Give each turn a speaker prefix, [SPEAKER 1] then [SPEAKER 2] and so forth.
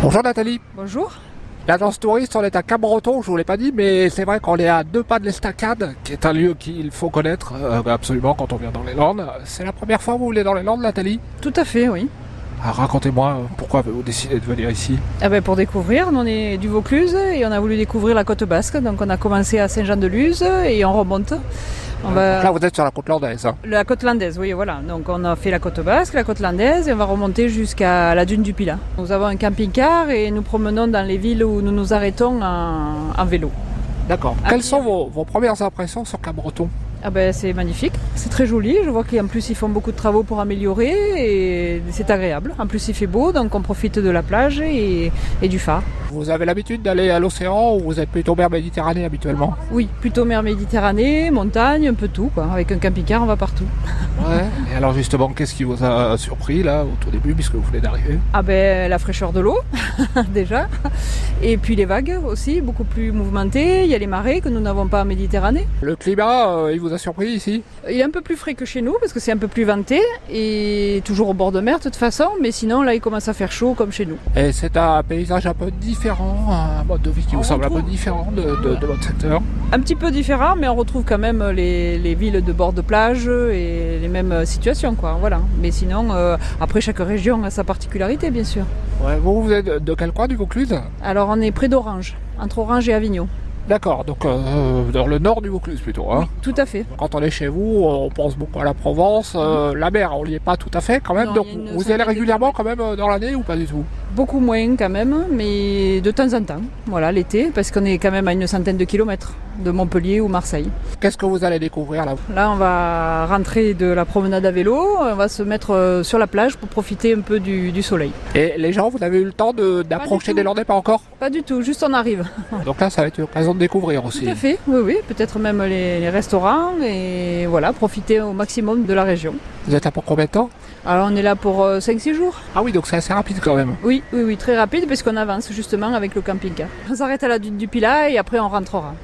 [SPEAKER 1] Bonjour Nathalie.
[SPEAKER 2] Bonjour.
[SPEAKER 1] L'agence touriste, on est à Cambreton, je vous l'ai pas dit, mais c'est vrai qu'on est à deux pas de l'Estacade, qui est un lieu qu'il faut connaître euh, absolument quand on vient dans les Landes. C'est la première fois que vous voulez dans les Landes, Nathalie
[SPEAKER 2] Tout à fait, oui.
[SPEAKER 1] Ah, Racontez-moi euh, pourquoi avez-vous décidé de venir ici
[SPEAKER 2] Ah ben, pour découvrir, nous, on est du Vaucluse et on a voulu découvrir la côte basque. Donc on a commencé à Saint-Jean-de-Luz et on remonte. On va-
[SPEAKER 1] Donc Euh, Là, vous êtes sur la côte landaise. hein.
[SPEAKER 2] La côte landaise, oui, voilà. Donc on a fait la côte basque, la côte landaise et on va remonter jusqu'à la dune du Pilat. Nous avons un camping-car et nous promenons dans les villes où nous nous arrêtons en, en vélo.
[SPEAKER 1] D'accord.
[SPEAKER 2] Ah,
[SPEAKER 1] Quelles
[SPEAKER 2] oui.
[SPEAKER 1] sont vos, vos premières impressions sur Cambreton
[SPEAKER 2] Ah ben, c'est magnifique, c'est très joli. Je vois qu'en plus ils font beaucoup de travaux pour améliorer et c'est agréable. En plus il fait beau, donc on profite de la plage et- et du phare.
[SPEAKER 1] Vous avez l'habitude d'aller à l'océan ou vous êtes plutôt mer Méditerranée habituellement
[SPEAKER 2] Oui, plutôt mer Méditerranée, montagne, un peu tout. Quoi. Avec un camping-car, on va partout.
[SPEAKER 1] Ouais. Et alors justement, qu'est-ce qui vous a surpris là au tout début, puisque vous venez d'arriver
[SPEAKER 2] Ah ben, la fraîcheur de l'eau, déjà. Et puis les vagues aussi, beaucoup plus mouvementées. Il y a les marées que nous n'avons pas en Méditerranée.
[SPEAKER 1] Le climat, euh, il vous a surpris ici
[SPEAKER 2] Il est un peu plus frais que chez nous, parce que c'est un peu plus venté. Et toujours au bord de mer, de toute façon. Mais sinon, là, il commence à faire chaud, comme chez nous.
[SPEAKER 1] Et c'est un paysage un peu différent, un mode de vie qui
[SPEAKER 2] On
[SPEAKER 1] vous semble un peu
[SPEAKER 2] retrouve-
[SPEAKER 1] différent de, de- de votre secteur.
[SPEAKER 2] Un petit peu différent, mais on retrouve quand même les, les villes de bord de plage et les mêmes situations, quoi. Voilà. Mais sinon, euh, après, chaque région a sa particularité, bien sûr.
[SPEAKER 1] Ouais, vous, vous êtes de- de quel coin du Vaucluse
[SPEAKER 2] Alors, on est près d'Orange, entre Orange et Avignon.
[SPEAKER 1] D'accord, donc euh, dans le nord du Vaucluse plutôt. hein.
[SPEAKER 2] Tout à fait.
[SPEAKER 1] Quand on est chez vous, on pense beaucoup à la Provence, euh, la mer, on n'y est pas tout à fait quand même.
[SPEAKER 2] Non,
[SPEAKER 1] donc
[SPEAKER 2] il y a une
[SPEAKER 1] vous y allez
[SPEAKER 2] centaine de
[SPEAKER 1] régulièrement quand même euh, dans l'année ou pas du tout
[SPEAKER 2] Beaucoup moins quand même, mais de temps en temps. Voilà, l'été, parce qu'on est quand même à une centaine de kilomètres de Montpellier ou Marseille.
[SPEAKER 1] Qu'est-ce que vous allez découvrir là
[SPEAKER 2] Là, on va rentrer de la promenade à vélo, on va se mettre euh, sur la plage pour profiter un peu du, du soleil.
[SPEAKER 1] Et les gens, vous avez eu le temps de- d'approcher
[SPEAKER 2] tout.
[SPEAKER 1] des Landais pas encore
[SPEAKER 2] Pas du tout, juste on arrive.
[SPEAKER 1] Donc là, ça va être l'occasion de découvrir
[SPEAKER 2] Tout
[SPEAKER 1] aussi.
[SPEAKER 2] à fait, oui, oui, peut-être même les, les restaurants et voilà, profiter au maximum de la région.
[SPEAKER 1] Vous êtes là pour combien de temps
[SPEAKER 2] Alors, on est là pour 5-6 jours.
[SPEAKER 1] Ah oui, donc c'est assez rapide quand même.
[SPEAKER 2] Oui, oui, oui, très rapide, parce qu'on avance justement avec le camping-car. On s'arrête à la dune du Pilat et après on rentrera.